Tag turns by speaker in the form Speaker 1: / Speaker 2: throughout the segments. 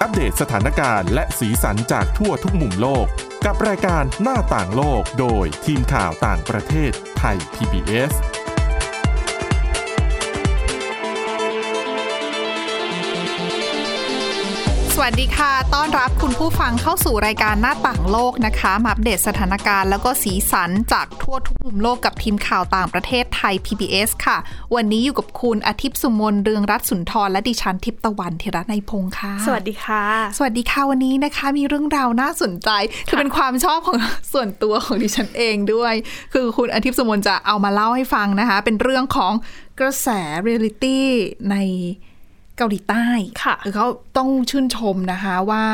Speaker 1: อัปเดตสถานการณ์และสีสันจากทั่วทุกมุมโลก กับรายการหน้าต่างโลกโดยทีมข่าวต่างประเทศไทย PBS
Speaker 2: สวัสดีค่ะ ต้อนรับคุณผู้ฟังเข้าสู่รายการหน้าต่างโลกนะคะ มาอัปเดตสถานการณ์แล้วก็สีสันจากทั่วทุกมุมโลกกับทีมข่าวต่างประเทศไทย PBS ค่ะ วันนี้อยู่กับคุณอาทิตย์สุมนเรืองรัตน์สุนทรและดิฉันทิพย์ตะวันธีระในยพงค์ค่ะ
Speaker 3: สวัสดีค่ะ
Speaker 2: สวัสดีค่ะวันนี้นะคะมีเรื่องราวน่าสนใจคือเป็นความชอบของ ส่วนตัวของดิฉันเองด้วย คือคุณอาทิตย์สมนจะเอามาเล่าให้ฟังนะคะ เป็นเรื่องของกระแสเรียลิตี้ในเกาหลีใต้
Speaker 3: ค่ะ
Speaker 2: อเขาต้องชื่นชมนะคะว่า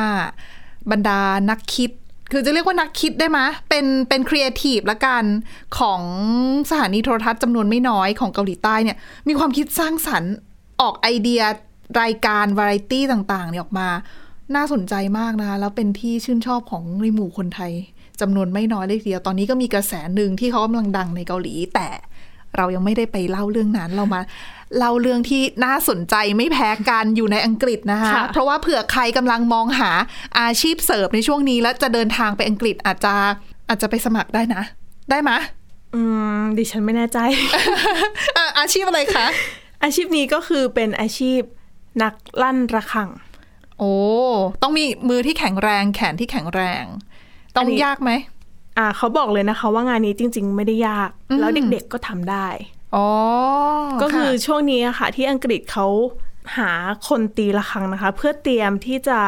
Speaker 2: บรรดานักคิด คือจะเรียกว่านักคิดได้ไหมยเป็นเป็นครีเอทีฟละกันของสถานีโทรทัศน์จำนวนไม่น้อยของเกาหลีใต้เนี่ยมีความคิดสร้างสรรค์ออกไอเดียรายการวาไรตี้ต่างๆเนี่ยออกมา น่าสนใจมากนะคะแล้วเป็นที่ชื่นชอบของในหมู่คนไทยจำนวนไม่น้อยเลยทีเดียว ตอนนี้ก็มีกระแสหนึ่งที่เขากำลังดังในเกาหลี แต่เรายังไม่ได้ไปเล่าเรื่องนั้นเรามาเล่าเรื่องที่น่าสนใจไม่แพ้กันอยู่ในอังกฤษนะคะ
Speaker 3: ค่ะ
Speaker 2: เพราะว่าเผื่อใครกำลังมองหาอาชีพเสริมในช่วงนี้แล้วจะเดินทางไปอังกฤษอาจจะอาจจะไปสมัครได้นะ ได้ไหมะ
Speaker 3: อืมดิฉันไม่แน่ใจ
Speaker 2: อ่ะอาชีพอะไรคะ
Speaker 3: อาชีพนี้ก็คือเป็นอาชีพนักลั่นระฆัง
Speaker 2: โอ้ต้องมีมือที่แข็งแรง แขนที่แข็งแรง ต้อง
Speaker 3: อันนี้
Speaker 2: ยากไหม
Speaker 3: อ่าเขาบอกเลยนะคะว่างานนี้จริง ๆ ไม่ได้ยาก
Speaker 2: อืม
Speaker 3: แล้วเด็กๆก็ทำได้
Speaker 2: อ๋อ
Speaker 3: ก็คือะ ช่วงนี้อะค่ะ ที่อังกฤษเขาหาคนตีระฆังนะคะ เพื่อเตรียมที่จะ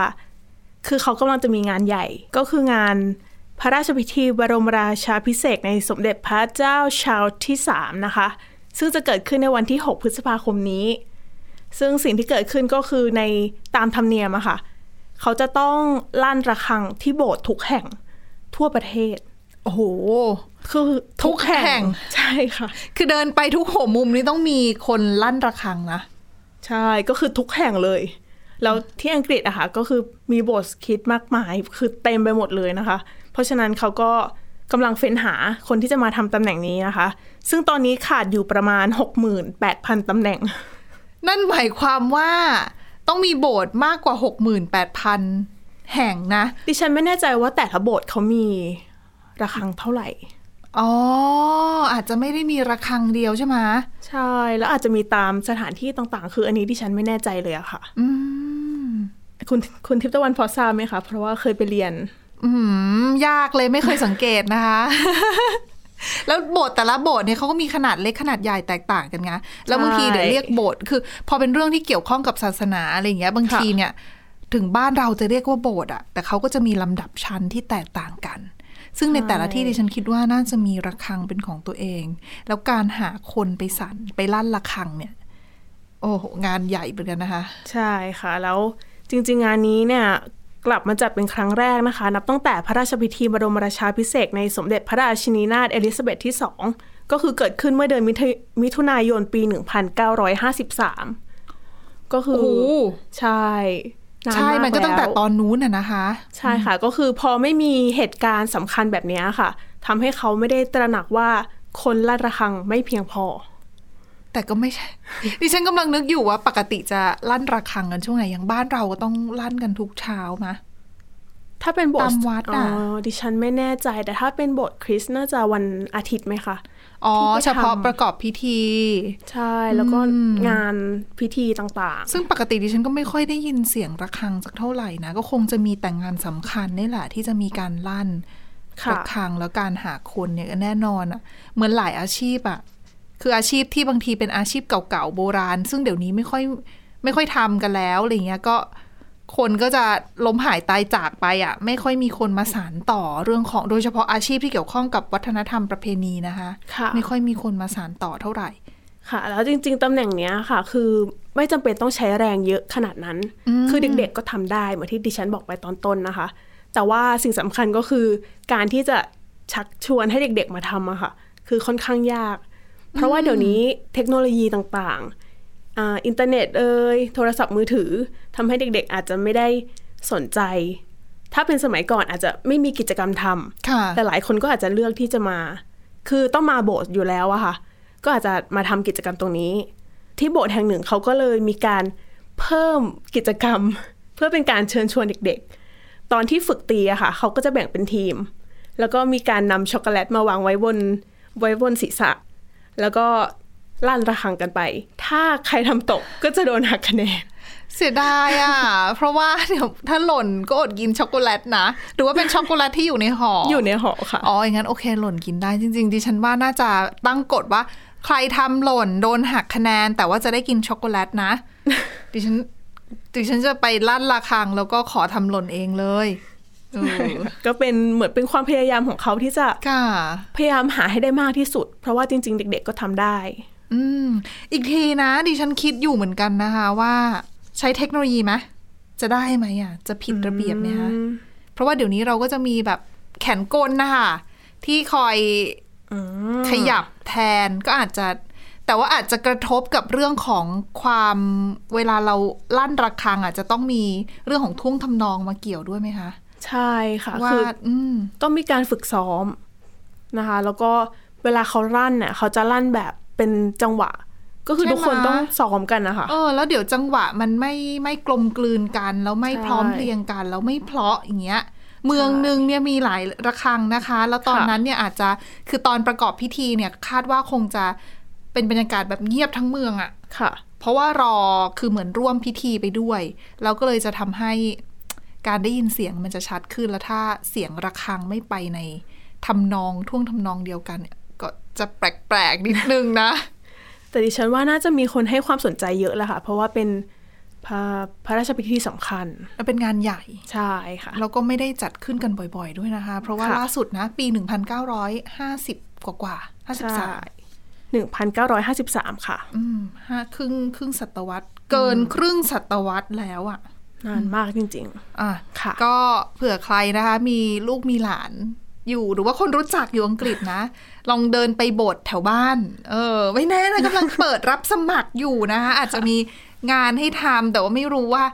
Speaker 3: คือเขากำลังจะมีงานใหญ่ ก็คืองานพระราชพิธีบรมราชาพิเศษกในสมเด็จพระเจ้าชาร์ลส์ที่ 3 นะคะ ซึ่งจะเกิดขึ้นในวันที่ 6 พฤษภาคมนี้ ซึ่งสิ่งที่เกิดขึ้นก็คือในตามธรรมเนียมอะค่ะ เขาจะต้องลั่นระฆังที่โบสถ์ทุกแห่งทั่วประเทศ
Speaker 2: โอ้โห
Speaker 3: คือทุกแห่
Speaker 2: ทุกแห่ง
Speaker 3: งใช่ค่ะ
Speaker 2: คือเดินไปทุกหัวมุมนี่ต้องมีคนลั่นระฆังนะ
Speaker 3: ใช่ ก็คือทุกแห่งเลย แล้วที่อังกฤษอะค่ะก็คือมีโบสถ์คริดมากมาย คือเต็มไปหมดเลยนะคะ เพราะฉะนั้นเขาก็กำลังเฟ้นหาคนที่จะมาทำตำแหน่งนี้นะคะ ซึ่งตอนนี้ขาดอยู่ประมาณ 68,000ตำแหน่ง
Speaker 2: นั่นหมายความว่าต้องมีโบสถ์มากกว่า 68,000 แห่งนะ
Speaker 3: ดิฉันไม่แน่ใจว่าแต่ละโบสถ์เขามีระฆังเท่าไหร่
Speaker 2: อ๋อ อาจจะไม่ได้มีระฆังเดียวใช่ไหม
Speaker 3: ใช่ แล้วอาจจะมีตามสถานที่ต่างๆ คืออันนี้ดิฉันไม่แน่ใจเลยอะค่ะ
Speaker 2: อืม
Speaker 3: คุณคุณทิพย์ตะวันพอทราบไหมคะ เพราะว่าเคยไปเรียน
Speaker 2: อืมยากเลยไม่เคยสังเกตนะคะ แล้วโบสถ์แต่ละโบสถ์เนี่ยเขาก็มีขนาดเล็กขนาดใหญ่แตกต่างกันไงแล้วบางทีเดี๋ยวเรียกโบสถ์คือ พอเป็นเรื่องที่เกี่ยวข้องกับศาสนาอะไรอย่างเงี้ย บางทีเนี่ย ถึงบ้านเราจะเรียกว่าโบสถ์อะแต่เขาก็จะมีลำดับชั้นที่แตกต่างกัน ซึ่งในแต่ละที่ดิฉันคิดว่าน่าจะมีระฆังเป็นของตัวเอง แล้วการหาคนไปสั่นไปลั่นระฆังเนี่ย โอ้โหงานใหญ่เหมือนกันนะคะ
Speaker 3: ใช่ค่ะ แล้วจริงๆ งานนี้เนี่ยกลับมาจัดเป็นครั้งแรกนะคะ นับตั้งแต่พระราชพิธีบรมราชาพิเศษกในสมเด็จพระราชินีนาถเอลิซาเบธที่ 2 ก็คือเกิดขึ้นเมื่อเดือนมิถุมิถุนายนปี 1953 ก็คือ
Speaker 2: โอ้โห
Speaker 3: ใช่า
Speaker 2: ใช่
Speaker 3: า
Speaker 2: มันก็ตั้งแต่
Speaker 3: ล้ว
Speaker 2: ตอนนู้นน่ะนะคะ
Speaker 3: ใช่ค่ะ ก็คือพอไม่มีเหตุการณ์สำคัญแบบเนี้ยค่ะทำให้เขาไม่ได้ตระหนักว่าคนลาดระฆังไม่เพียงพอ
Speaker 2: แต่ก็ไม่ใช่ ดิฉันกำลังนึกอยู่ว่าปกติจะลั่นระฆังกันช่วงไหนอย่างบ้านเราก็ต้องลั่นกันทุกเช้ามะ
Speaker 3: ถ้าเป็นโบส
Speaker 2: ตา
Speaker 3: ถ์
Speaker 2: มวัด
Speaker 3: อ๋
Speaker 2: อะ
Speaker 3: อดิฉันไม่แน่ใจ แต่ถ้าเป็นโบสถ์คริสต์น่าจะวันอาทิตย์ไหมคะ
Speaker 2: อ๋อ
Speaker 3: ที่
Speaker 2: เฉ
Speaker 3: ไปทำ
Speaker 2: พาะประกอบพิธี
Speaker 3: ใช่แล้วก็งานพิธีต่าง
Speaker 2: ซึ่งปกติดิฉันก็ไม่ค่อยได้ยินเสียงระฆังสักเท่าไหร่นะ ก็คงจะมีแต่งงานสำคัญนี่แหละ ที่จะมีการลั่น
Speaker 3: ๆ
Speaker 2: ระ
Speaker 3: ค่ะ
Speaker 2: ฆังแล้วการหาคนเนี่ยแน่นอนอะเหมือนหลายอาชีพอะคืออาชีพที่บางทีเป็นอาชีพเก่าๆโบราณ ซึ่งเดี๋ยวนี้ไม่ค่อยไม่ค่อยทำกันแล้วอะไรเงี้ยก็ คนก็จะล้มหายตายจากไปอ่ะ ไม่ค่อยมีคนมาสานต่อเรื่องของโดยเฉพาะอาชีพที่เกี่ยวข้องกับวัฒนธรรมประเพณีนะคะ
Speaker 3: ค่ะ
Speaker 2: ไม่ค่อยมีคนมาสานต่อเท่าไหร่
Speaker 3: ค่ะ แล้วจริง ๆตำแหน่งเนี้ยค่ะ คือไม่จำเป็นต้องใช้แรงเยอะขนาดนั้น คือเด็กๆก็ทำได้เหมือนที่ดิฉันบอกไปตอนต้นนะคะ แต่ว่าสิ่งสำคัญก็คือการที่จะชักชวนให้เด็กๆมาทำอะค่ะ คือค่อนข้างยาก เพราะว่าเดี๋ยวนี้เทคโนโลยีต่างๆอ่าอินเทอร์เน็ตเอ่ยโทรศัพท์มือถือทำให้เด็กๆ อาจจะไม่ได้สนใจ ถ้าเป็นสมัยก่อนอาจจะไม่มีกิจกรรมทำ
Speaker 2: ค่ะ
Speaker 3: แต่หลายคนก็อาจจะเลือกที่จะมา คือต้องมาโบสถ์อยู่แล้วอะค่ะ ก็อาจจะมาทำกิจกรรมตรงนี้ ที่โบสถ์แห่งหนึ่งเขาก็เลยมีการเพิ่มกิจกรรม เพื่อเป็นการเชิญชวนเด็กๆ ตอนที่ฝึกตีอะค่ะ เขาก็จะแบ่งเป็นทีม แล้วก็มีการนำช็อกโกแลตมาวางไว้บนไว้บนศีรษะ แล้วก็ลั่นระฆังกันไป ถ้าใครทำตกก็จะโดนหักคะแนน
Speaker 2: เสียดายอ่ะ เพราะว่าเดี๋ยวถ้าหล่นก็อดกินช็อกโกแลตนะ หรือว่าเป็นช็อกโกแลตที่อยู่ในห่อ
Speaker 3: อ
Speaker 2: อ
Speaker 3: ยู่ในหอค่ะ
Speaker 2: อ๋ออย่างนั้นโอเคหล่นกินได้จริงๆดิฉันว่าน่าจะตั้งกฎว่า ใครทำหล่นโดนหักคะแนน แต่ว่าจะได้กินช็อกโกแลต นะ ดิฉันดิฉันจะไปลั่นระฆังแล้วก็ขอทำหล่นเอง เลยเออ
Speaker 3: ก็เป็นเหมือนเป็นความพยายามของเขาที่จะ
Speaker 2: ค่ะ
Speaker 3: พยายามหาให้ได้มากที่สุด เพราะว่าจริง ๆ เด็ก ๆ ก็ทำได้
Speaker 2: อืม อีกทีนะดิฉันคิดอยู่เหมือนกันนะคะว่า ใช้เทคโนโลยีไหมจะได้ไหมอ่ะ จะผิดระเบียบไหมคะเพราะว่าเดี๋ยวนี้เราก็จะมีแบบแขนกลนะคะที่คอย
Speaker 3: อืม
Speaker 2: ขยับแทนก็อาจจะ แต่ว่าอาจจะกระทบกับเรื่องของความเวลาเราลั่นระฆังอาจจะต้องมีเรื่องของท่วงทำนองมาเกี่ยวด้วยไหมคะ
Speaker 3: ใช่ค่ะ
Speaker 2: ว่า
Speaker 3: คือ
Speaker 2: อืม
Speaker 3: ต้องมีการฝึกซ้อมนะคะ แล้วก็เวลาเขาลั่นเนี่ยเขาจะลั่นแบบเป็นจังหวะ ก็คือทุกคนต้องซ้อมกันนะคะ
Speaker 2: เออ แล้วเดี๋ยวจังหวะมันไม่ไม่กลมกลืนกัน แล้วไม่
Speaker 3: ใช่
Speaker 2: พร้อมเพรียงกัน แล้วไม่เพลาะอย่างเงี้ย เมืองหนึ่งเนี่ยมีหลายระฆังนะคะ แล้วตอน
Speaker 3: ค่ะ
Speaker 2: นั้นเนี่ยอาจจะคือตอนประกอบพิธีเนี่ยคาดว่าคงจะเป็นบรรยากาศแบบเงียบทั้งเมืองอะ
Speaker 3: ค่ะ
Speaker 2: เพราะว่ารอคือเหมือนร่วมพิธีไปด้วย แล้วก็เลยจะทำให้การได้ยินเสียงมันจะชัดขึ้นแล้วถ้าเสียงระฆังไม่ไปในทำนองท่วงทำนองเดียวกันเนี่ยก็จะแปลกๆนิดนึงนะ
Speaker 3: แต่ดิฉันว่าน่าจะมีคนให้ความสนใจเยอะแหละค่ะ เพราะว่าเป็นพระพระราชพิธีสำคัญ
Speaker 2: แล้วเป็นงานใหญ่
Speaker 3: ใช่ค่ะ
Speaker 2: แล้วก็ไม่ได้จัดขึ้นกันบ่อยๆด้วยนะคะ เพราะว่า
Speaker 3: ค่ะ
Speaker 2: ล่าสุดนะ ปี 1950 กว่ากว่าๆ
Speaker 3: ใช่
Speaker 2: 53
Speaker 3: หนึ่งพันเก้าร้อยห้าสิบสามค่ะ
Speaker 2: อืมห้าครึ่งครึ่งศตวรรษ เกินครึ่งศตวรรษแล้วอ่ะ
Speaker 3: นานมากจริง
Speaker 2: อ่ะ
Speaker 3: ค่ะ
Speaker 2: ก็เผื่อใครนะคะ มีลูกมีหลานอยู่หรือว่าคนรู้จักอยู่อังกฤษนะ ลองเดินไปโบสถ์แถวบ้าน เออ ไม่แน่นะกำลังเปิดรับสมัครอยู่นะคะอาจจะมีงานให้ทำแต่ว่าไม่รู้ว่า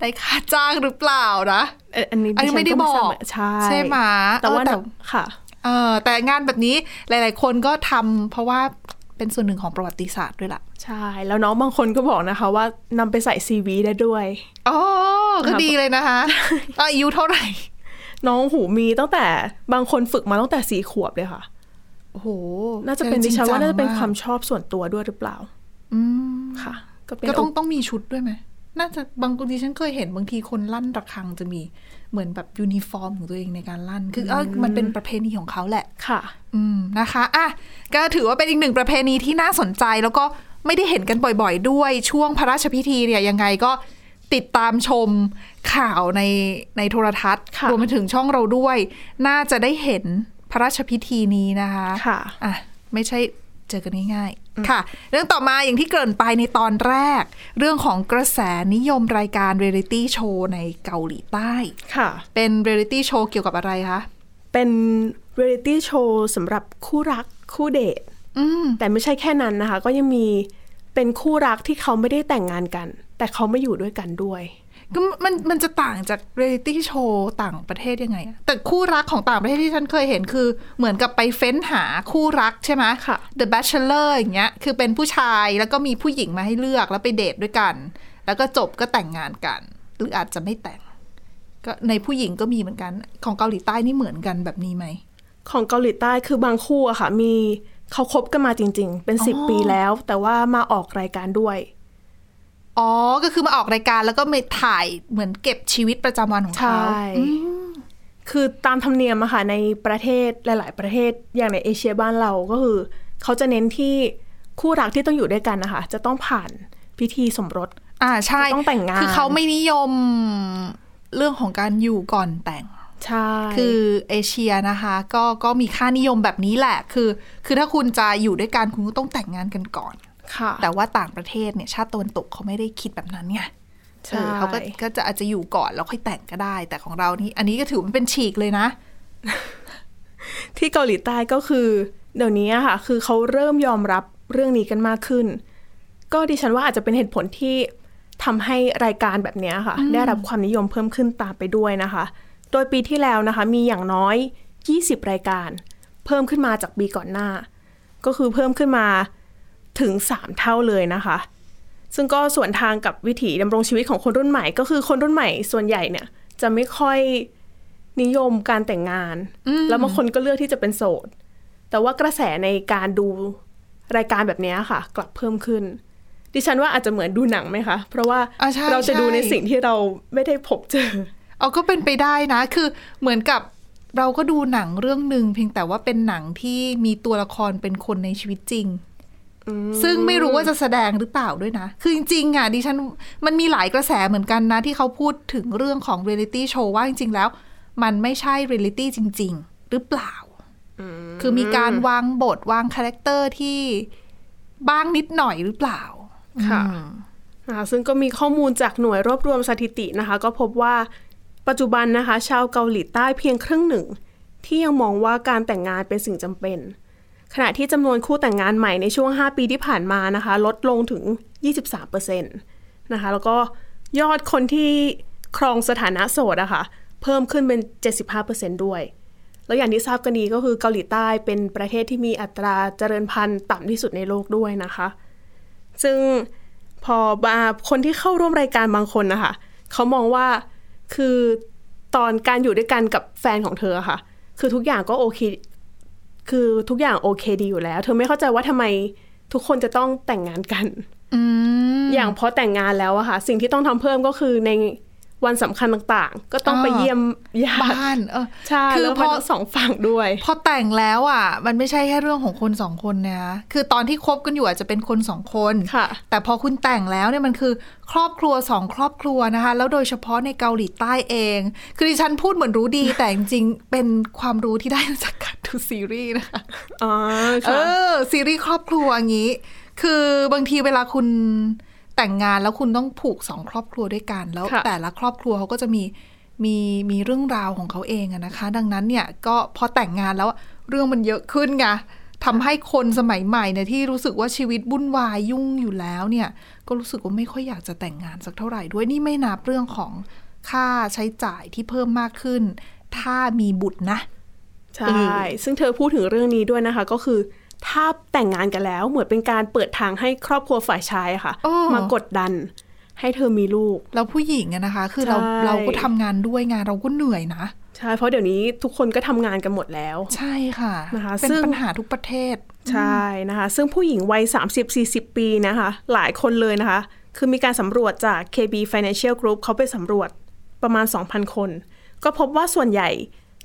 Speaker 2: ได้ค่าจ้างหรือเปล่านะ
Speaker 3: ๆเอ่ออันนี้
Speaker 2: อันนี้ไม่ได้
Speaker 3: ฉั
Speaker 2: บอก
Speaker 3: ทราเหมืนใช่
Speaker 2: ใช่ไหม
Speaker 3: แต่ว่า
Speaker 2: เออแต่
Speaker 3: ค่ะ
Speaker 2: เออแต่งานแบบนี้หลาย ๆ คนก็ทำเพราะว่าเป็นส่วนหนึ่งของประวัติศาสตร์ด้วยล่ะ
Speaker 3: ใช่ แล้วน้องบางคนก็บอกนะคะ ว่านำไปใส่ซีวีได้ด้วย
Speaker 2: อ๋อก็ดีเลยนะคะเอออายุเท่าไหร่
Speaker 3: น้องหูมีตั้งแต่บางคนฝึกมาตั้งแต่สี่ขวบเลยค่ะ
Speaker 2: โอ้โห
Speaker 3: น่าจะเป็นดิฉันว่าน่าจะเป็นความ
Speaker 2: ริง
Speaker 3: ชอบส่วนตัวด้วยหรือเปล่า
Speaker 2: อืม
Speaker 3: ค่ะ ก็เป็น
Speaker 2: ก็ต้อง
Speaker 3: โ
Speaker 2: ต้องมีชุดด้วยไหม น่าจะบางทีฉันเคยเห็นบางทีคนลั่นระฆังจะมีเหมือนแบบยูนิฟอร์มของตัวเองในการลั่น คือเออมันเป็นประเพณีของเขาแหละ
Speaker 3: ค่ะ
Speaker 2: อืมนะคะอ่ะก็ถือว่าเป็นอีกหนึ่งประเพณีที่น่าสนใจแล้วก็ไม่ได้เห็นกันบ่อยๆ ด้วยช่วงพระราชพิธีเนี่ยยังไงก็ติดตามชมข่าวในในโทรทัศน์
Speaker 3: ค่ะ
Speaker 2: รวมไปถึงช่องเราด้วย น่าจะได้เห็นพระราชพิธีนี้นะคะ
Speaker 3: ค่ะ
Speaker 2: อ่ะไม่ใช่เจอกันง่ายๆ ค่ะ เรื่องต่อมาอย่างที่เกริ่นไปในตอนแรก เรื่องของกระแสนิยมรายการเรียลิตี้โชว์ในเกาหลีใต้
Speaker 3: ค่ะ
Speaker 2: เป็นเรียลิตี้โชว์เกี่ยวกับอะไรคะ
Speaker 3: เป็นเรียลิตี้โชว์สำหรับคู่รักคู่เดท
Speaker 2: อืม
Speaker 3: แต่ไม่ใช่แค่นั้นนะคะ ก็ยังมีเป็นคู่รักที่เขาไม่ได้แต่งงานกัน แต่เขาไม่อยู่ด้วยกันด้วย
Speaker 2: ก็มันมันจะต่างจากเรียลิตี้โชว์ต่างประเทศยังไงอะแต่คู่รักของต่างประเทศที่ฉันเคยเห็นคือ เหมือนกับไปเฟ้นหาคู่รักใช่ไหม
Speaker 3: ค่ะ
Speaker 2: The Bachelor อย่างเงี้ย คือเป็นผู้ชายแล้วก็มีผู้หญิงมาให้เลือกแล้วไปเดทด้วยกัน แล้วก็จบก็แต่งงานกัน หรืออาจจะไม่แต่ง ก็ในผู้หญิงก็มีเหมือนกัน ของเกาหลีใต้นี่เหมือนกันแบบนี้ไหม
Speaker 3: ของเกาหลีใต้คือบางคู่อะค่ะ มีเขาคบกันมาจริง ๆ เป็นสิบปีแล้ว แต่ว่ามาออกรายการด้วย
Speaker 2: อ๋อ ก็คือมาออกรายการแล้วก็มาถ่ายเหมือนเก็บชีวิตประจำวันของเขา
Speaker 3: ใช่ คือตามธรรมเนียมอะค่ะในประเทศหลาย ๆ ประเทศอย่างในเอเชียบ้านเราก็คือ เขาจะเน้นที่คู่รักที่ต้องอยู่ด้วยกันนะคะจะต้องผ่านพิธีสมรส
Speaker 2: อ่าใช่
Speaker 3: ต้องแต่งงาน
Speaker 2: คือเขาไม่นิยมเรื่องของการอยู่ก่อนแต่ง
Speaker 3: ใช่
Speaker 2: คือเอเชียนะคะก็ก็มีค่านิยมแบบนี้แหละ คือคือถ้าคุณจะอยู่ด้วยกันคุณก็ต้องแต่งงานกันก่อน
Speaker 3: ค่ะ
Speaker 2: แต่ว่าต่างประเทศเนี่ยชาติตะวันตกเขาไม่ได้คิดแบบนั้นไงเอ
Speaker 3: ใช่
Speaker 2: อเขาก็ก็จะอาจจะอยู่ก่อนแล้วค่อยแต่งก็ได้ แต่ของเรานี่อันนี้ก็ถือว่าเป็นฉีกเลยนะ
Speaker 3: ที่เกาหลีใต้ก็คือ เดี๋ยวนี้อะค่ะ คือเขาเริ่มยอมรับเรื่องนี้กันมากขึ้น ก็ดิฉันว่าอาจจะเป็นเหตุผลที่ทำให้รายการแบบเนี้ยค่ะ ได้รับความนิยมเพิ่มขึ้นตามไปด้วยนะคะ โดยปีที่แล้วนะคะ มีอย่างน้อย 20 รายการ เพิ่มขึ้นมาจากปีก่อนหน้า ก็คือเพิ่มขึ้นมาถึง 3 เท่าเลยนะคะ ซึ่งก็ส่วนทางกับวิถีดำรงชีวิตของคนรุ่นใหม่ ก็คือคนรุ่นใหม่ส่วนใหญ่เนี่ย จะไม่ค่อยนิยมการแต่งงาน แล้วบางคนก็เลือกที่จะเป็นโสด แต่ว่ากระแสในการดูรายการแบบเนี้ยค่ะ กลับเพิ่มขึ้น ดิฉันว่าอาจจะเหมือนดูหนังไหมคะ เพราะว่า
Speaker 2: อ่าใช่
Speaker 3: เราจะ
Speaker 2: ใช่
Speaker 3: ดูในสิ่งที่เราไม่ได้พบเจอ
Speaker 2: เอาก็เป็นไปได้นะ คือเหมือนกับเราก็ดูหนังเรื่องหนึ่งเพียงแต่ว่าเป็นหนังที่มีตัวละครเป็นคนในชีวิตจริง ซึ่งไม่รู้ว่าจะแสดงหรือเปล่าด้วยนะ คือจริงๆอ่ะดิฉันมันมีหลายกระแสเหมือนกันนะ ที่เขาพูดถึงเรื่องของเรียลิตี้โชว์ว่าจริง ๆ แล้ว มันไม่ใช่เรียลิตี้จริง ๆ หรือเปล่า คือมีการวางบทวางคาแรคเตอร์ที่บ้างนิดหน่อยหรือเปล่า
Speaker 3: ค่ะ
Speaker 2: อืม
Speaker 3: นะคะซึ่งก็มีข้อมูลจากหน่วยรวบรวมสถิตินะคะ ก็พบว่าปัจจุบันนะคะ ชาวเกาหลีใต้เพียงครึ่งหนึ่ง ที่ยังมองว่าการแต่งงานเป็นสิ่งจำเป็น ขณะที่จำนวนคู่แต่งงานใหม่ในช่วง 5 ปีที่ผ่านมานะคะ ลดลงถึง 23%นะคะ แล้วก็ยอดคนที่ครองสถานะโสดอะคะ่ะเพิ่มขึ้นเป็น 75%ด้วย แล้วอย่างที่ทราบกันดีก็คือเกาหลีใต้เป็นประเทศที่มีอัตราเจริญพันธุ์ต่ำที่สุดในโลกด้วยนะคะ ซึ่งพอมาคนที่เข้าร่วมรายการบางคนนะคะเขามองว่าคือตอนการอยู่ด้วยกันกับแฟนของเธออะค่ะ คือทุกอย่างก็โอเคคือทุกอย่างโอเคดีอยู่แล้ว เธอไม่เข้าใจว่าทำไมทุกคนจะต้องแต่งงานกันอย่างพอแต่งงานแล้วอะค่ะ สิ่งที่ต้องทำเพิ่มก็คือในวันสำคัญต่างๆ ก็ต้องไป
Speaker 2: อ่า
Speaker 3: เยี่ยมญาติ
Speaker 2: บ้านเออ
Speaker 3: ใช่
Speaker 2: คือ
Speaker 3: แล้ว
Speaker 2: พ
Speaker 3: พ
Speaker 2: อ
Speaker 3: อสองฝั่งด้วย
Speaker 2: พอแต่งแล้วอ่ะ มันไม่ใช่แค่เรื่องของคนสองคนนะคะคือตอนที่คบกันอยู่อาจจะเป็นคนสองคน
Speaker 3: ค่ะ
Speaker 2: แต่พอคุณแต่งแล้วเนี่ยมันคือครอบครัวสองครอบครัวนะคะ แล้วโดยเฉพาะในเกาหลีใต้เอง คือดิฉันพูดเหมือนรู้ดี แต่จริงๆเป็นความรู้ที่ได้จากการดูซีรีส์นะคะ
Speaker 3: อ๋อ
Speaker 2: เอ
Speaker 3: ค่ะ
Speaker 2: อซีรีส์ครอบครัวอย่างนี้ คือบางทีเวลาคุณแต่งงานแล้วคุณต้องผูกสองครอบครัวด้วยกัน แล้ว
Speaker 3: ค่ะ
Speaker 2: แต่ละครอบครัวเขาก็จะมีมีมีเรื่องราวของเขาเองอะนะคะ ดังนั้นเนี่ยก็พอแต่งงานแล้วเรื่องมันเยอะขึ้นไงทำให้คนสมัยใหม่เนี่ยที่รู้สึกว่าชีวิตวุ่นวายยุ่งอยู่แล้วเนี่ย ก็รู้สึกว่าไม่ค่อยอยากจะแต่งงานสักเท่าไหร่ด้วยนี่ไม่นับเรื่องของค่าใช้จ่ายที่เพิ่มมากขึ้น ถ้ามีบุตรนะ
Speaker 3: ใช่ ซึ่งเธอพูดถึงเรื่องนี้ด้วยนะคะ ก็คือถ้าแต่งงานกันแล้วเหมือนเป็นการเปิดทางให้ครอบครัวฝ่ายชายอะค่ะ
Speaker 2: โอ้
Speaker 3: มากดดัน ให้เธอมีลูก
Speaker 2: แล้วผู้หญิงอะนะคะ คือเรา
Speaker 3: ใช่
Speaker 2: เราก็ทำงานด้วยงานเราก็เหนื่อยนะ
Speaker 3: ใช่เพราะเดี๋ยวนี้ทุกคนก็ทำงานกันหมดแล้ว
Speaker 2: ใช่ค่ะ
Speaker 3: นะคะ
Speaker 2: เป็น
Speaker 3: ซึ่ง
Speaker 2: ปัญหาทุกประเทศ
Speaker 3: ใช่นะคะ ซึ่งผู้หญิงวัย 30-40 ปีนะคะ หลายคนเลยนะคะ คือมีการสำรวจจาก KB Financial Group เขาไปสำรวจประมาณ 2,000 คน ก็พบว่าส่วนใหญ่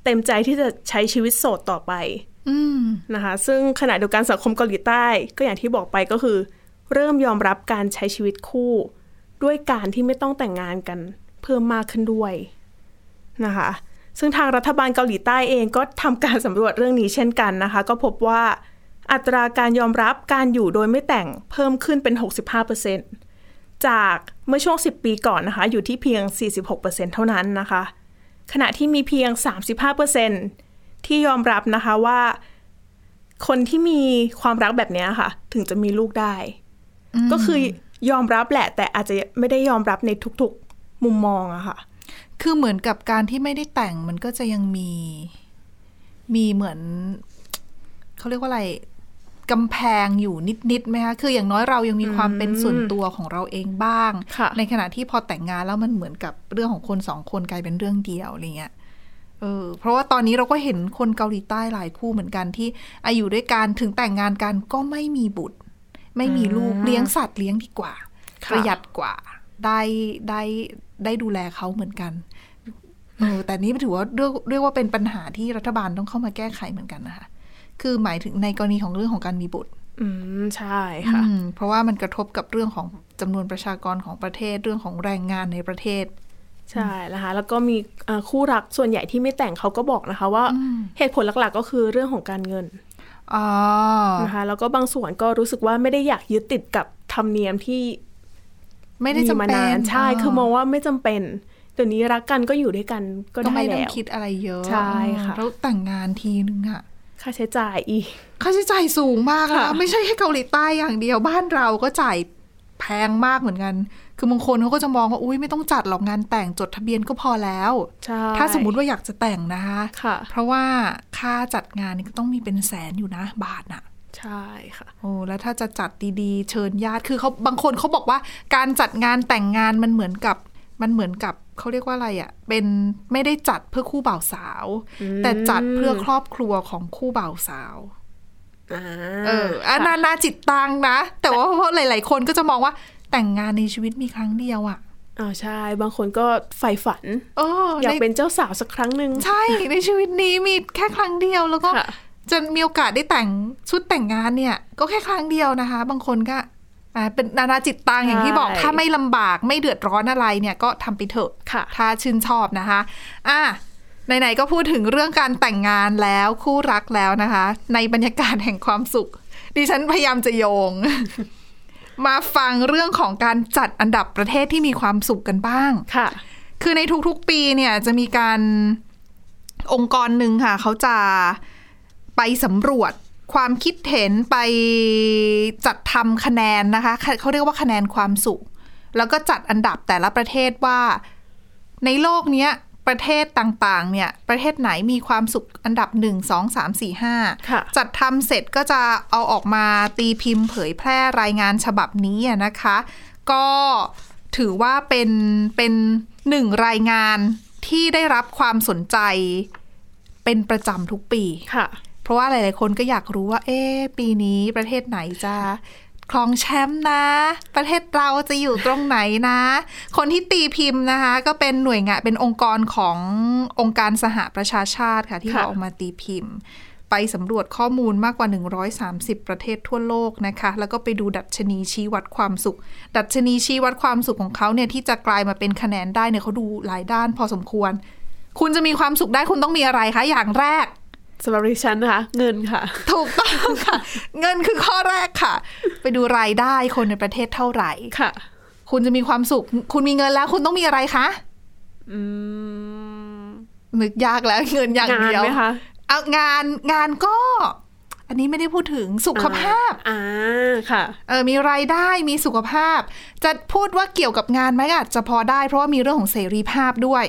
Speaker 3: เต็มใจที่จะใช้ชีวิตโสดต่อไป
Speaker 2: อืม
Speaker 3: นะคะซึ่งขณะเดียวกันสังคมเกาหลีใต้ก็อย่างที่บอกไปก็คือ เริ่มยอมรับการใช้ชีวิตคู่ ด้วยการที่ไม่ต้องแต่งงานกันเพิ่มมากขึ้นด้วยนะคะซึ่งทางรัฐบาลเกาหลีใต้เองก็ทำการสำรวจเรื่องนี้เช่นกันนะคะ ก็พบว่าอัตราการยอมรับการอยู่โดยไม่แต่งเพิ่มขึ้นเป็น 65%จากเมื่อช่วง 10 ปีก่อนนะคะ อยู่ที่เพียง 46%เท่านั้นนะคะ ขณะที่มีเพียง 35%ที่ยอมรับนะคะว่า คนที่มีความรักแบบเนี้ยค่ะ ถึงจะมีลูกได้ ก็คือยอมรับแหละ แต่อาจจะไม่ได้ยอมรับในทุกๆมุมมองอะค่ะ
Speaker 2: คือเหมือนกับการที่ไม่ได้แต่งมันก็จะยังมี มีเหมือน เขาเรียกว่าอะไรกำแพงอยู่นิดๆไหมคะ คืออย่างน้อยเรายังมีความเป็นส่วนตัวของเราเองบ้าง
Speaker 3: ค่ะ
Speaker 2: ในขณะที่พอแต่งงานแล้วมันเหมือนกับเรื่องของคนสองคนกลายเป็นเรื่องเดียวอะไรเงี้ย เออ เพราะว่าตอนนี้เราก็เห็นคนเกาหลีใต้หลายคู่เหมือนกันที่อายุด้วยกันถึงแต่งงานกันก็ไม่มีบุตร ไม่มีลูกเลี้ยงสัตว์เลี้ยงดีกว่า
Speaker 3: ค่ะ
Speaker 2: ประหยัดกว่าได้ได้ได้ดูแลเขาเหมือนกันเออแต่นี้ถือว่าเรียกเรียกว่าเป็นปัญหาที่รัฐบาลต้องเข้ามาแก้ไขเหมือนกันนะคะ คือหมายถึงในกรณีของเรื่องของการมีบุตร
Speaker 3: อืมใช่ค่ะ
Speaker 2: อืมเพราะว่ามันกระทบกับเรื่องของจำนวนประชากรของประเทศเรื่องของแรงงานในประเทศ
Speaker 3: ใช่นะคะ แล้วก็มีเอ่อคู่รักส่วนใหญ่ที่ไม่แต่งเขาก็บอกนะคะ ว่าเหตุผลหลักๆ ก็คือเรื่องของการเงิน
Speaker 2: อ๋อ
Speaker 3: นะคะ แล้วก็บางส่วนก็รู้สึกว่าไม่ได้อยากยึดติดกับธรรมเนียมที่
Speaker 2: ไม่ได้จำ
Speaker 3: มา
Speaker 2: เป็น
Speaker 3: านนใช่คือมองว่าไม่จำเป็นเดี๋ยวนี้รักกันก็อยู่ด้วยกันก็
Speaker 2: ก็
Speaker 3: ได้
Speaker 2: ไม่ต้อ
Speaker 3: แล้
Speaker 2: ง
Speaker 3: ว
Speaker 2: คิดอะไรเยอะ
Speaker 3: ใช่ค่ะ
Speaker 2: แล้วแต่งงานทีนึงอะ
Speaker 3: ค่าใช้จ่ายอีก
Speaker 2: ค่าใช้จ่ายสูงมากนะ
Speaker 3: ค่ะ
Speaker 2: ไม่ใช่แค่เกาหลีใต้อย่างเดียวบ้านเราก็จ่ายแพงมากเหมือนกัน คือบางคนเขาก็จะมองว่าอุ้ยไม่ต้องจัดหรอกงานแต่งจดทะเบียนก็พอแล้ว
Speaker 3: ใช่
Speaker 2: ถ้าสมมุติว่าอยากจะแต่งนะคะ
Speaker 3: ค่ะ
Speaker 2: เพราะว่าค่าจัดงานนี่ก็ต้องมีเป็นแสนอยู่นะ บาทน่ะ
Speaker 3: ใช่ค่ะ
Speaker 2: โอ้แล้วถ้าจะจัดดีๆ เชิญญาติคือเขาบางคนเขาบอกว่าการจัดงานแต่งงานมันเหมือนกับมันเหมือนกับเขาเรียกว่าอะไรอะ่ะเป็นไม่ได้จัดเพื่อคู่บ่าวสาว แต่จัดเพื่อครอบครัวของคู่บ่าวสาว
Speaker 3: อ่า
Speaker 2: เอออันนานาจิตตังนะ แต่ว่าเพราะหลาย ๆ คนก็จะมองว่าแต่งงานในชีวิตมีครั้งเดียวอะ่ะ
Speaker 3: อ๋อใช่ บางคนก็ใฝ่ฝัน
Speaker 2: เออ
Speaker 3: อยาก
Speaker 2: ใน
Speaker 3: เป็นเจ้าสาวสักครั้งหนึ่ง
Speaker 2: ใช่ในชีวิตนี้มีแค่ครั้งเดียวแล้วก็
Speaker 3: ค่ะ
Speaker 2: จะมีโอกาสได้แต่งชุดแต่งงานเนี่ย ก็แค่ครั้งเดียวนะคะ บางคนก็อ่าเป็นนานาจิตตังอย่างที่บอก
Speaker 3: ใช่
Speaker 2: ถ้าไม่ลำบากไม่เดือดร้อนอะไรเนี่ยก็ทำไปเถอะ
Speaker 3: ค่ะ
Speaker 2: ถ้าชื่นชอบนะคะ อ่ะ ไหนๆ ก็พูดถึงเรื่องการแต่งงานแล้วคู่รักแล้วนะคะ ในบรรยากาศแห่งความสุข ดิฉันพยายามจะโยง มาฟังเรื่องของการจัดอันดับประเทศที่มีความสุขกันบ้าง
Speaker 3: ค่ะ
Speaker 2: คือในทุกๆ ปีเนี่ยจะมีการองค์กรหนึ่งค่ะ เขาจะไปสำรวจความคิดเห็นไปจัดทำคะแนนนะคะเขาเขาเรียกว่าคะแนนความสุข แล้วก็จัดอันดับแต่ละประเทศว่า ในโลกเนี้ยประเทศต่างๆ เนี่ย ประเทศไหนมีความสุขอันดับหนึ่งสองสามสี่ห้า
Speaker 3: ค่ะ
Speaker 2: จัดทำเสร็จก็จะเอาออกมาตีพิมพ์ เผยแพร่รายงานฉบับนี้อะนะคะ ก็ถือว่าเป็นเป็นหนึ่งรายงานที่ได้รับความสนใจเป็นประจำทุกปี
Speaker 3: ค่ะ
Speaker 2: เพราะว่าหลายๆ คนก็อยากรู้ว่า เอ๊ะปีนี้ประเทศไหนจะครองแชมป์นะ ประเทศเราจะอยู่ตรงไหนนะ คนที่ตีพิมพ์นะคะ ก็เป็นหน่วยงานเป็นองค์กรขององค์การสหประชาชาติค่ะ ที่
Speaker 3: ค่ะ
Speaker 2: เขาออกมาตีพิมพ์ ไปสำรวจข้อมูลมากกว่า 130 ประเทศทั่วโลกนะคะ แล้วก็ไปดูดัชนีชี้วัดความสุข ดัชนีชี้วัดความสุขของเขาเนี่ยที่จะกลายมาเป็นคะแนนได้เนี่ยเขาดูหลายด้านพอสมควร คุณจะมีความสุขได้คุณต้องมีอะไรคะอย่างแรก
Speaker 3: สำหรับดิฉันนะคะ เงินค่ะ
Speaker 2: ถูกต้องค่ะ เงินคือข้อแรกค่ะ ไปดูรายได้คนในประเทศเท่าไหร่
Speaker 3: ค่ะ
Speaker 2: คุณจะมีความสุข คุณมีเงินแล้วคุณต้องมีอะไรคะ
Speaker 3: อืม
Speaker 2: นึกยากแล้วเงินอย่างเดียว
Speaker 3: ไหมคะ
Speaker 2: เอางานงานก็ อันนี้ไม่ได้พูดถึงสุขภาพ
Speaker 3: อ่าค่ะ
Speaker 2: เออมีรายได้มีสุขภาพ จะพูดว่าเกี่ยวกับงานไหมก็อาจจะพอได้เพราะว่ามีเรื่องของเสรีภาพด้วย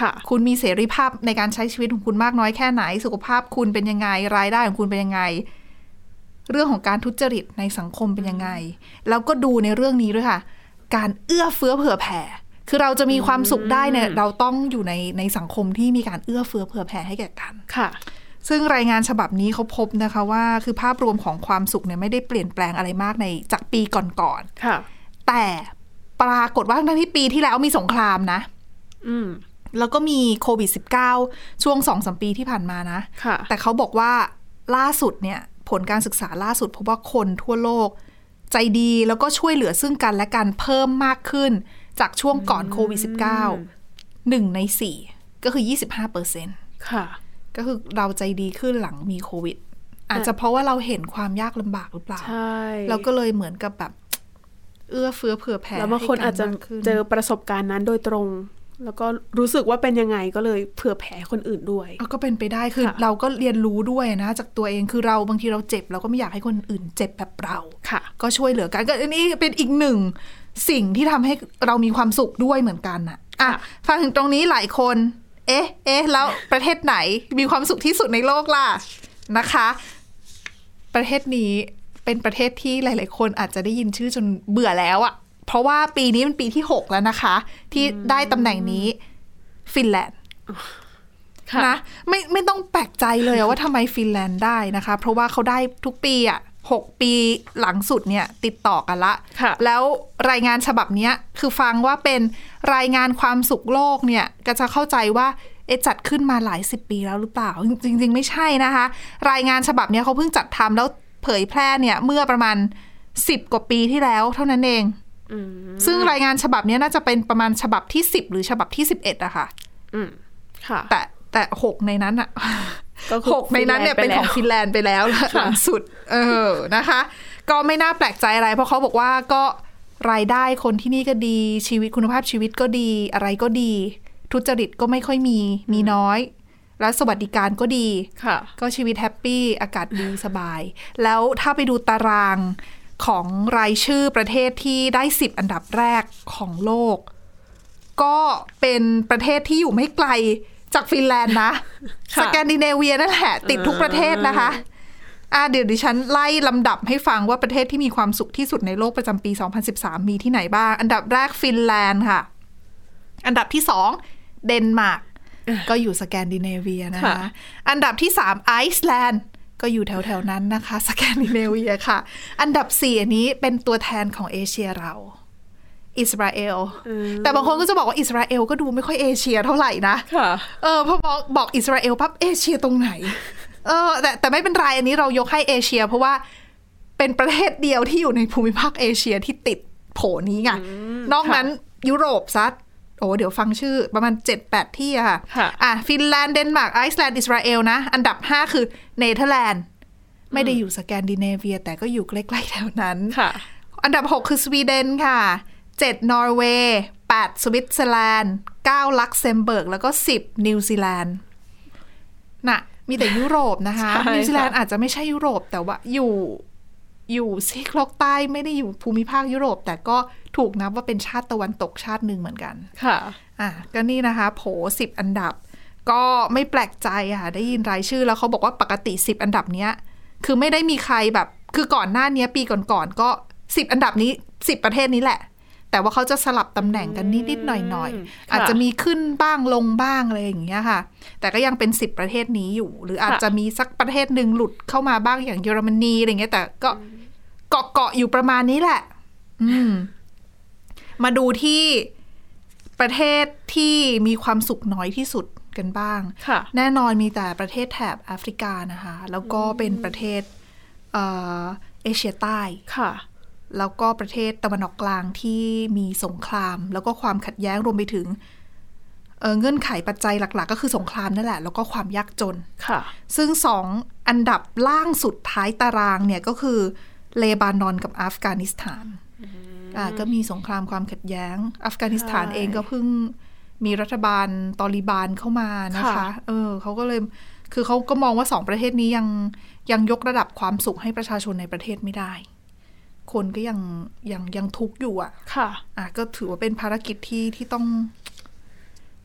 Speaker 3: ค่ะ
Speaker 2: คุณมีเสรีภาพในการใช้ชีวิตของคุณมากน้อยแค่ไหน สุขภาพคุณเป็นยังไง รายได้ของคุณเป็นยังไง เรื่องของการทุจริตในสังคมเป็นยังไง แล้วก็ดูในเรื่องนี้ด้วยค่ะ การเอื้อเฟื้อเผื่อแผ่ คือเราจะมีความสุขได้เนี่ยเราต้องอยู่ในในสังคมที่มีการเอื้อเฟื้อเผื่อแผ่ให้แก่กัน
Speaker 3: ค่ะ
Speaker 2: ซึ่งรายงานฉบับนี้เขาพบนะคะว่า คือภาพรวมของความสุขเนี่ยไม่ได้เปลี่ยนแปลงอะไรมากในจากปีก่อน
Speaker 3: ค่ะ
Speaker 2: ๆแต่ปรากฏว่าทั้งที่ปีที่แล้วมีสงครามนะ
Speaker 3: อืม
Speaker 2: แล้วก็มีโควิด -19 ช่วง2อสมปีที่ผ่านมานะ
Speaker 3: ค่ะ
Speaker 2: แต่เขาบอกว่าล่าสุดเนี่ย ผลการศึกษาล่าสุดพบว่าคนทั่วโลก ใจดีแล้วก็ช่วยเหลือซึ่งกันและกันเพิ่มมากขึ้น จากช่วงก่อนโควิด -19 หนึ่งใน 4 ก็คือ 25เปอร์เซ็น
Speaker 3: ค่ะ
Speaker 2: ก็คือเราใจดีขึ้นหลังมีโควิด อาจจะเพราะว่าเราเห็นความยากลำบากหรือเปล่า
Speaker 3: ใช่
Speaker 2: เราก็เลยเหมือนกับแบบ เอื้อเฟื้อเผื่อแผ่
Speaker 3: แล้วบางคน
Speaker 2: ให้กั
Speaker 3: อาจจะ
Speaker 2: มกขึ้น
Speaker 3: เจอประสบการณ์นั้นโดยตรง แล้วก็รู้สึกว่าเป็นยังไงก็เลยเผื่อแผ่คนอื่นด้วย
Speaker 2: อ่ะก็เป็นไปได้คือ
Speaker 3: ค่ะ
Speaker 2: เราก็เรียนรู้ด้วยนะ จากตัวเองคือเราบางทีเราเจ็บ เราก็ไม่อยากให้คนอื่นเจ็บแบบเรา
Speaker 3: ค่ะ
Speaker 2: ก็ช่วยเหลือกันก็อันนี้เป็นอีกหนึ่งสิ่งที่ทำให้เรามีความสุขด้วยเหมือนกันน่ะอ่ะฟังถึงตรงนี้หลายคน เอ๊ะ เอ๊ะ แล้วประเทศไหนมีความสุขที่สุดในโลกล่ะนะคะ ประเทศนี้เป็นประเทศที่หลาย ๆ คนอาจจะได้ยินชื่อจนเบื่อแล้วอะเพราะว่าปีนี้เป็นปีที่หกแล้วนะคะ ที่ได้ตำแหน่งนี้ฟินแลนด์
Speaker 3: ค่ะ
Speaker 2: นะไม่ไม่ต้องแปลกใจเลยอะว่าทำไมฟินแลนด์ได้นะคะ เพราะว่าเขาได้ทุกปีอ่ะหกปีหลังสุดเนี่ยติดต่อกันละ
Speaker 3: ค่ะ
Speaker 2: แล้วรายงานฉบับเนี้ยคือฟังว่าเป็นรายงานความสุขโลกเนี่ย ก็จะเข้าใจว่าเอะจัดขึ้นมาหลายสิบปีแล้วหรือเปล่า จริง ๆ ไม่ใช่นะคะ รายงานฉบับเนี้ยเขาเพิ่งจัดทำแล้วเผยแพร่เนี่ยเมื่อประมาณ 10 กว่าปีที่แล้วเท่านั้นเอง
Speaker 3: อืม
Speaker 2: ซึ่งรายงานฉบับเนี้ยน่าจะเป็นประมาณฉบับที่ 10 หรือฉบับที่ 11อะค่ะ
Speaker 3: อืม ค่ะ
Speaker 2: แต่แต่หกในนั้นอะ
Speaker 3: ก็คือ
Speaker 2: หกในนั้นเนี่ยเป็นของ
Speaker 3: ฟิ
Speaker 2: ฟิ
Speaker 3: แลด์
Speaker 2: นแลนด์
Speaker 3: ไ
Speaker 2: ไปแล้ว หลังสุด เออนะคะ ก็ไม่น่าแปลกใจอะไร เพราะเขาบอกว่าก็รายได้คนที่นี่ก็ดีชีวิตคุณภาพชีวิตก็ดีอะไรก็ดี ทุจริตก็ไม่ค่อยมีมีน้อย และสวัสดิการก็ดี
Speaker 3: ปค่ะ
Speaker 2: ก็ชีวิตแฮปปี้ อากาศดีสบาย แล้วถ้าไปดูตารางของรายชื่อประเทศที่ได้ 10 อันดับแรกของโลก ก็เป็นประเทศที่อยู่ไม่ไกลจากฟินแลนด์นะ
Speaker 3: ค่ะ
Speaker 2: สแกนดิเนเวียนั่นแหละ ติดทุกประเทศนะคะ อ่ะเดี๋ยวดิฉันไล่ลำดับให้ฟังว่าประเทศที่มีความสุขที่สุดในโลกประจำปี 2013 มีที่ไหนบ้าง อันดับแรกฟินแลนด์ค่ะ อันดับที่สองเดนมาร์กก็อยู่สแกนดิเนเวียนะคะ
Speaker 3: ค่ะ
Speaker 2: อันดับที่สามไอซ์แลนด์ก็อยู่แถวๆนั้นนะคะ สแกนดิเนเวียค่ะ อันดับสี่อันนี้เป็นตัวแทนของเอเชียเรา อิสราเอล แต่บางคนก็จะบอกว่าอิสราเอลก็ดูไม่ค่อยเอเชียเท่าไหร่นะ
Speaker 3: ค่ะ
Speaker 2: เออพอบอกบอกอิสราเอลปั๊บเอเชียตรงไหน เออ แต่แต่ไม่เป็นไรอันนี้เรายกให้เอเชีย เพราะว่าเป็นประเทศเดียวที่อยู่ในภูมิภาคเอเชียที่ติดโผนี้ไงนอกนั้นยุโรปซัดโอ้เดี๋ยวฟังชื่อประมาณ 7-8 ที่อะค่ะ
Speaker 3: ค่ะ
Speaker 2: อ่ะ ฟินแลนด์ เดนมาร์กไอซ์แลนด์ อิสราเอลนะ อันดับ 5 คือเนเธอร์แลนด์ ไม่ได้อยู่สแกนดิเนเวีย แต่ก็อยู่ใกล้ๆแถวนั้น
Speaker 3: ค่ะ
Speaker 2: อันดับ 6 คือสวีเดนค่ะ 7 นอร์เวย์ 8 สวิตเซอร์แลนด์ 9 ลักเซมเบิร์ก แล้วก็ 10 นิวซีแลนด์ น่ะ มีแต่ยุโรปนะคะ
Speaker 3: ใช่ค่ะ
Speaker 2: นิวซีแลนด์อาจจะไม่ใช่ยุโรป แต่ว่าอยู่อยู่ซีกโลกใต้ไม่ได้อยู่ภูมิภาคยุโรป แต่ก็ถูกนับว่าเป็นชาติตะวันตกชาติหนึ่งเหมือนกัน
Speaker 3: ค่ะ
Speaker 2: อ่ะก็นี่นะคะ โผสิบอันดับ ก็ไม่แปลกใจอะค่ะได้ยินรายชื่อแล้วเขาบอกว่าปกติสิบอันดับเนี้ย คือไม่ได้มีใครแบบ คือก่อนหน้าเนี้ยปีก่อนๆก็สิบอันดับนี้สิบประเทศนี้แหละ แต่ว่าเขาจะสลับตำแหน่งกันนิดๆหน่อยๆ
Speaker 3: ค่ะ
Speaker 2: อาจจะมีขึ้นบ้างลงบ้างอะไรอย่างเงี้ยค่ะ แต่ก็ยังเป็น 10 ประเทศนี้อยู่ หรืออาจ
Speaker 3: ค่ะ
Speaker 2: จะมีสักประเทศหนึ่งหลุดเข้ามาบ้างอย่างเยอรมนีอะไรเงี้ยแต่ก็เกาะเกาะๆอยู่ประมาณนี้แหละ อืม มาดูที่ประเทศที่มีความสุขน้อยที่สุดกันบ้าง
Speaker 3: ค่ะ
Speaker 2: แน่นอนมีแต่ประเทศแถบแอฟริกานะคะ แล้วก็เป็นประเทศเอ่อเอเชียใต้
Speaker 3: ค่ะ
Speaker 2: แล้วก็ประเทศตะวันออกกลางที่มีสงคราม แล้วก็ความขัดแย้งรวมไปถึงเอ่อเงื่อนไขปัจจัยหลัก ๆ ก็คือสงครามนั่นแหละ แล้วก็ความยากจน
Speaker 3: ค่ะ
Speaker 2: ซึ่งสองอันดับล่างสุดท้ายตารางเนี่ยก็คือเลบานอนกับอัฟกานิสถานอ่าก็มีสงครามความขัดแย้ง อัฟกานิสถาน
Speaker 3: ใช่
Speaker 2: เองก็เพิ่งมีรัฐบาลตอริบานเข้ามานะคะ
Speaker 3: ค่ะ
Speaker 2: เออเขาก็เลยคือเขาก็มองว่าสองประเทศนี้ยังยังยกระดับความสุขให้ประชาชนในประเทศไม่ได้ คนก็ยังยังยังทุกข์อยู่อ่ะ
Speaker 3: ค่ะ
Speaker 2: อ่ะก็ถือว่าเป็นภารกิจที่ที่ต้อง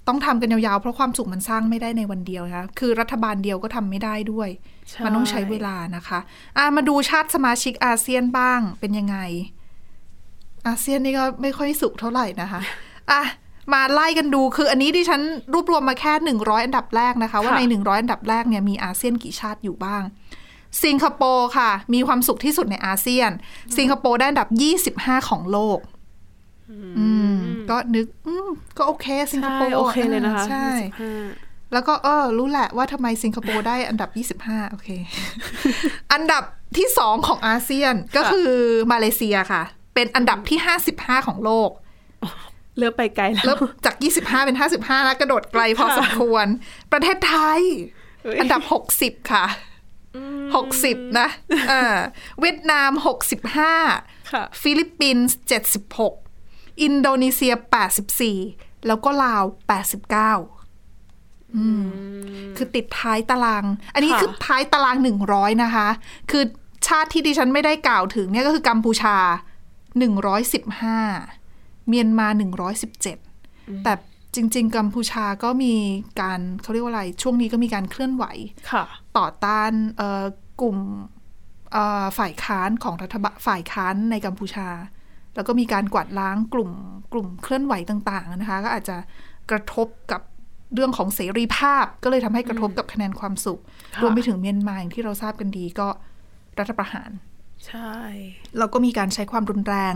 Speaker 2: ต้องทำกันยาวๆ เพราะความสุขมันสร้างไม่ได้ในวันเดียวนะคะคือรัฐบาลเดียวก็ทำไม่ได้ด้วย
Speaker 3: ใช่
Speaker 2: มันต้องใช้เวลานะคะอ่ะมาดูชาติสมาชิกอาเซียนบ้างเป็นยังไง อาเซียนนี่ก็ไม่ค่อยสุขเท่าไหร่นะคะอ่ะมาไล่กันดูคืออันนี้ดิฉันรวบรวมมาแค่ 100 อันดับแรกนะคะ ว่า
Speaker 3: ค่ะ
Speaker 2: ใน 100 อันดับแรกเนี่ยมีอาเซียนกี่ชาติอยู่บ้าง สิงคโปร์ค่ะ มีความสุขที่สุดในอาเซียน สิงคโปร์ได้อันดับ 25 ของโลก อืม ก็นึกอืมก็โอเค สิงค
Speaker 3: ใช่
Speaker 2: โปร์
Speaker 3: โอเคเลยนะคะ
Speaker 2: อ่าใช่
Speaker 3: ยี่สิบห้า
Speaker 2: แล้วก็เออรู้แหละว่าทำไมสิงคโปร์ได้อันดับ 25 โอเค อันดับที่ 2 ของอาเซียนก็
Speaker 3: ค่ะ
Speaker 2: คือมาเลเซียค่ะ เป็นอันดับที่ 55 ของโลก
Speaker 3: เลือกไปไกลแล้ว
Speaker 2: เริ่มจาก 25 เป็น 55แล้วกระโดดไกลพอสมควร ประเทศไทย
Speaker 3: เฮ้ย
Speaker 2: อันดับ 60 ค่ะ 60 นะเออเวียดนาม 65
Speaker 3: ค่ะ
Speaker 2: ฟิลิปปินส์ 76 อินโดนีเซีย 84 แล้วก็ลาว 89อืมคือติดท้ายตาราง อันนี้
Speaker 3: ค่ะ
Speaker 2: คือท้ายตาราง 100 นะคะ คือชาติที่ดิฉันไม่ได้กล่าวถึงเนี่ยก็คือกัมพูชา 115 เมียนมา 117 แต่จริง ๆ กัมพูชาก็มีการเขาเรียกว่าอะไร ช่วงนี้ก็มีการเคลื่อนไหว
Speaker 3: ค่ะ
Speaker 2: ต่อต้านเอ่อกลุ่มเอ่อฝ่ายค้านของรัฐบาลฝ่ายค้านในกัมพูชา แล้วก็มีการกวาดล้างกลุ่มกลุ่มเคลื่อนไหวต่างๆนะคะ ก็อาจจะกระทบกับเรื่องของเสรีภาพ ก็เลยทำให้กระทบกับคะแนนความสุข
Speaker 3: ค่ะ
Speaker 2: รวมไปถึงเมียนมาอย่างที่เราทราบกันดีก็รัฐประหาร
Speaker 3: ใช่
Speaker 2: แล้วก็มีการใช้ความรุนแรง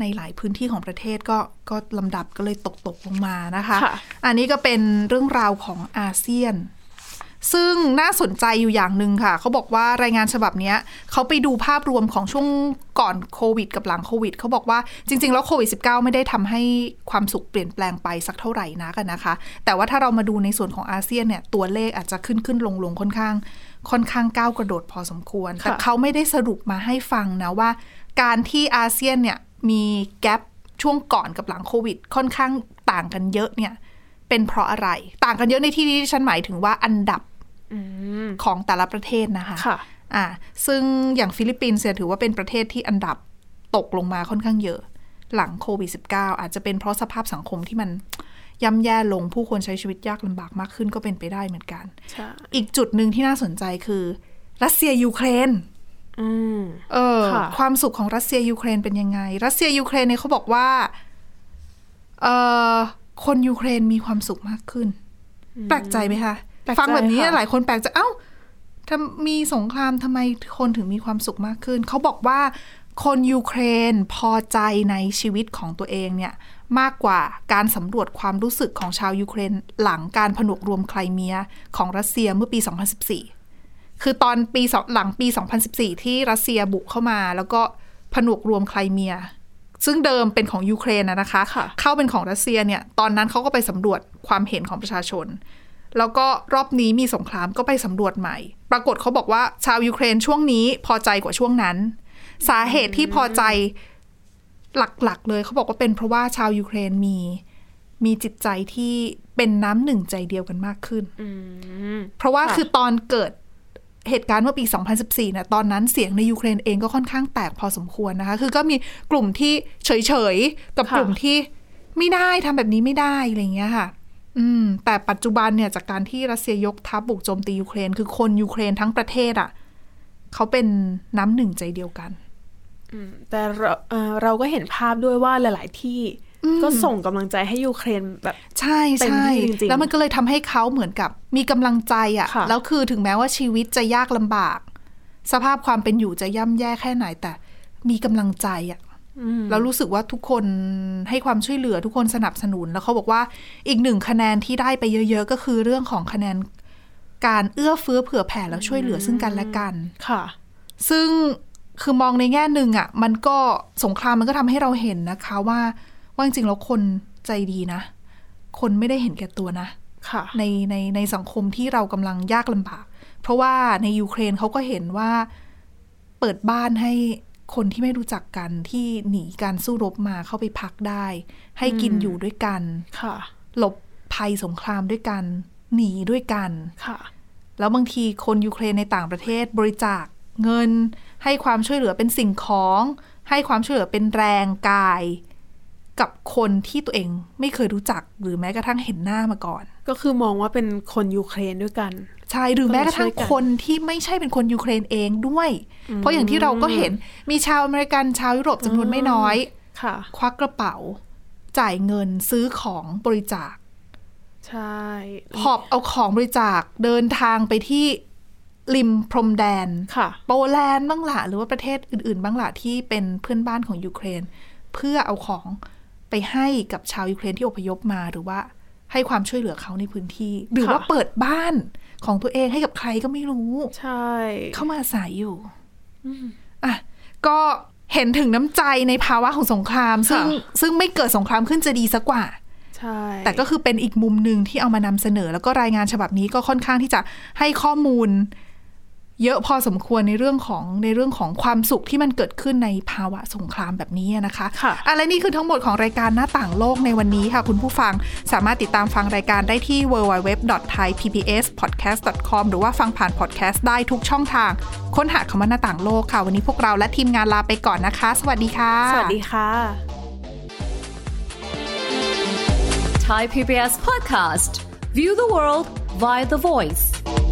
Speaker 2: ในหลายพื้นที่ของประเทศก็ก็ลำดับก็เลยตกตกลงมานะคะ อันนี้ก็เป็นเรื่องราวของอาเซียน ซึ่งน่าสนใจอยู่อย่างหนึ่งค่ะ เขาบอกว่ารายงานฉบับเนี้ยเขาไปดูภาพรวมของช่วงก่อนโควิดกับหลังโควิดเขาบอกว่าจริง ๆ แล้วโควิด -19 ไม่ได้ทำให้ความสุขเปลี่ยนแปลงไปสักเท่าไหร่นักอะนะคะ แต่ว่าถ้าเรามาดูในส่วนของอาเซียนเนี่ยตัวเลขอาจจะขึ้นขึ้นลงลงค่อนข้าง ค่อนข้างก้าวกระโดดพอสมควร แต่เขาไม่ได้สรุปมาให้ฟังนะว่า การที่อาเซียนเนี่ยมีแกลบช่วงก่อนกับหลังโควิด ค่อนข้างต่างกันเยอะเนี่ย เป็นเพราะอะไร ต่างกันเยอะในที่นี้ที่ฉันหมายถึงว่าอันดับ
Speaker 3: อืม
Speaker 2: ของแต่ละประเทศนะคะ
Speaker 3: ค่ะ
Speaker 2: อ่าซึ่งอย่างฟิลิปปินส์เนี่ยถือว่าเป็นประเทศที่อันดับตกลงมาค่อนข้างเยอะ หลังโควิด -19 อาจจะเป็นเพราะสภาพสังคมที่มันย่ำแย่ลงผู้คนใช้ชีวิตยากลำบากมากขึ้นก็เป็นไปได้เหมือนกัน
Speaker 3: ใช่
Speaker 2: อีกจุดหนึ่งที่น่าสนใจคือ รัสเซียยูเครน
Speaker 3: อืม
Speaker 2: เออ
Speaker 3: ค่ะ
Speaker 2: ความสุขของรัสเซียยูเครนเป็นยังไง รัสเซียยูเครนเนี่ยเขาบอกว่าเออคนยูเครนมีความสุขมากขึ้น แปลกใจไหมคะ
Speaker 3: แปลกใจ
Speaker 2: ฟังแบบนี้
Speaker 3: ค่ะ
Speaker 2: หลายคนแปลกใจเอ้าทำมีสงครามทำไมคนถึงมีความสุขมากขึ้น เขาบอกว่าคนยูเครนพอใจในชีวิตของตัวเองเนี่ยมากกว่าการสำรวจความรู้สึกของชาวยูเครนหลังการผนวกรวมไครเมียของรัสเซียเมื่อปี 2014 คือตอนปีสองหลังปี 2014 ที่รัสเซียบุกเข้ามา แล้วก็ผนวกรวมไครเมีย ซึ่งเดิมเป็นของยูเครนนะนะคะ
Speaker 3: ค่ะ
Speaker 2: เข้าเป็นของรัสเซียเนี่ย ตอนนั้นเขาก็ไปสำรวจความเห็นของประชาชน แล้วก็รอบนี้มีสงครามก็ไปสำรวจใหม่ ปรากฏเขาบอกว่าชาวยูเครนช่วงนี้พอใจกว่าช่วงนั้น สาเหตุที่พอใจหลักๆ เลยเขาบอกว่าเป็นเพราะว่าชาวยูเครนมีมีจิตใจที่เป็นน้ำหนึ่งใจเดียวกันมากขึ้น
Speaker 3: อืม
Speaker 2: เพราะว่า
Speaker 3: ค่ะ
Speaker 2: คือตอนเกิดเหตุการณ์เมื่อปี 2014เนี่ยตอนนั้นเสียงในยูเครนเองก็ค่อนข้างแตกพอสมควรนะคะ คือก็มีกลุ่มที่เฉยๆ กับกลุ่มที่ไม่ได้ทำแบบนี้ไม่ได้อะไรอย่างเงี้ยค่ะ อืม แต่ปัจจุบันเนี่ยจากการที่รัสเซียยกทัพบุกโจมตียูเครน คือคนยูเครนทั้งประเทศอ่ะเขาเป็นน้ำหนึ่งใจเดียวกัน
Speaker 3: อืมแต่เราเอ่อเราก็เห็นภาพด้วยว่าหลาย ๆ ที่ก็ส่งกำลังใจให้ยูเครนแบบ
Speaker 2: ใช่
Speaker 3: เต็ม
Speaker 2: ใช่
Speaker 3: ที่จริงๆ
Speaker 2: แล้วมันก็เลยทำให้เขาเหมือนกับมีกำลังใจ
Speaker 3: ค่ะ
Speaker 2: อะ่ะ แล้วคือถึงแม้ว่าชีวิตจะยากลำบาก สภาพความเป็นอยู่จะย่ำแย่แค่ไหนแต่มีกำลังใจอะ่ะแล้วรู้สึกว่าทุกคนให้ความช่วยเหลือทุกคนสนับสนุน แล้วเขาบอกว่าอีกหนึ่งคะแนนที่ได้ไปเยอะ ๆ ก็คือเรื่องของคะแนนการเอื้อเฟื้อเผื่อแผ่แล้วช่วยเหลือซึ่งกันและกัน
Speaker 3: ค่ะ
Speaker 2: ซึ่งคือมองในแง่หนึ่งอะ่ะ มันก็สงครามมันก็ทำให้เราเห็นนะคะว่าว่าจริงๆแล้วคนใจดีนะ คนไม่ได้เห็นแก่ตัวนะ
Speaker 3: ค่ะ
Speaker 2: ในในในสังคมที่เรากำลังยากลำบาก เพราะว่าในยูเครนเขาก็เห็นว่าเปิดบ้านให้คนที่ไม่รู้จักกันที่หนีการสู้รบมาเข้าไปพักได้ ให้กินอยู่ด้วยกัน
Speaker 3: ค่ะ
Speaker 2: หลบภัยสงครามด้วยกัน หนีด้วยกัน
Speaker 3: ค่ะ
Speaker 2: แล้วบางทีคนยูเครนในต่างประเทศบริจาคเงิน ให้ความช่วยเหลือเป็นสิ่งของ ให้ความช่วยเหลือเป็นแรงกาย กับคนที่ตัวเองไม่เคยรู้จักหรือแม้กระทั่งเห็นหน้ามาก่อน
Speaker 3: ก็คือมองว่าเป็นคนยูเครนด้วยกัน
Speaker 2: ใช่หรือแม้กระทั่ง
Speaker 3: ก็เลยช่วยกัน
Speaker 2: คนที่ไม่ใช่เป็นคนยูเครนเองด้วย เพราะอย่างที่เราก็เห็นมีชาวอเมริกันชาวยุโรปจำนวนไม่น้อย
Speaker 3: ค่ะ
Speaker 2: ควักกระเป๋า จ่ายเงินซื้อของบริจาค
Speaker 3: ใช่
Speaker 2: หอบเอาของบริจาคเดินทางไปที่ริมพรมแดน
Speaker 3: ค่ะ
Speaker 2: โปแลนด์บ้างละหรือว่าประเทศอื่น ๆ บ้างละที่เป็นเพื่อนบ้านของยูเครน เพื่อเอาของไปให้กับชาวยูเครนที่อพยพมาหรือว่าให้ความช่วยเหลือเขาในพื้นที่ หรือว่าเปิดบ้านของตัวเองให้กับใครก็ไม่รู้
Speaker 3: ใช่
Speaker 2: เข้ามาอาศัยอยู่อ่ะก็เห็นถึงน้ำใจในภาวะของสงคราม ซึ่งซึ่งไม่เกิดสงครามขึ้นจะดีซะกว่า
Speaker 3: ใช่
Speaker 2: แต่ก็คือเป็นอีกมุมหนึ่งที่เอามานำเสนอ แล้วก็รายงานฉบับนี้ก็ค่อนข้างที่จะให้ข้อมูล เยอะพอสมควรในเรื่องของในเรื่องของความสุขที่มันเกิดขึ้นในภาวะสงครามแบบนี้นะคะ
Speaker 3: ค่ะ
Speaker 2: อ่ะและนี่คือทั้งหมดของรายการหน้าต่างโลกในวันนี้ค่ะ คุณผู้ฟังสามารถติดตามฟังรายการได้ที่ www.thaipbspodcast.com หรือว่าฟังผ่านพอดแคสต์ได้ทุกช่องทาง ค้นหาคำว่าหน้าต่างโลกค่ะ วันนี้พวกเราและทีมงานลาไปก่อนนะคะ สวัสดีค่ะ
Speaker 3: สวัสดีค่ะ
Speaker 4: Thai PBS podcast. View the world via the voice.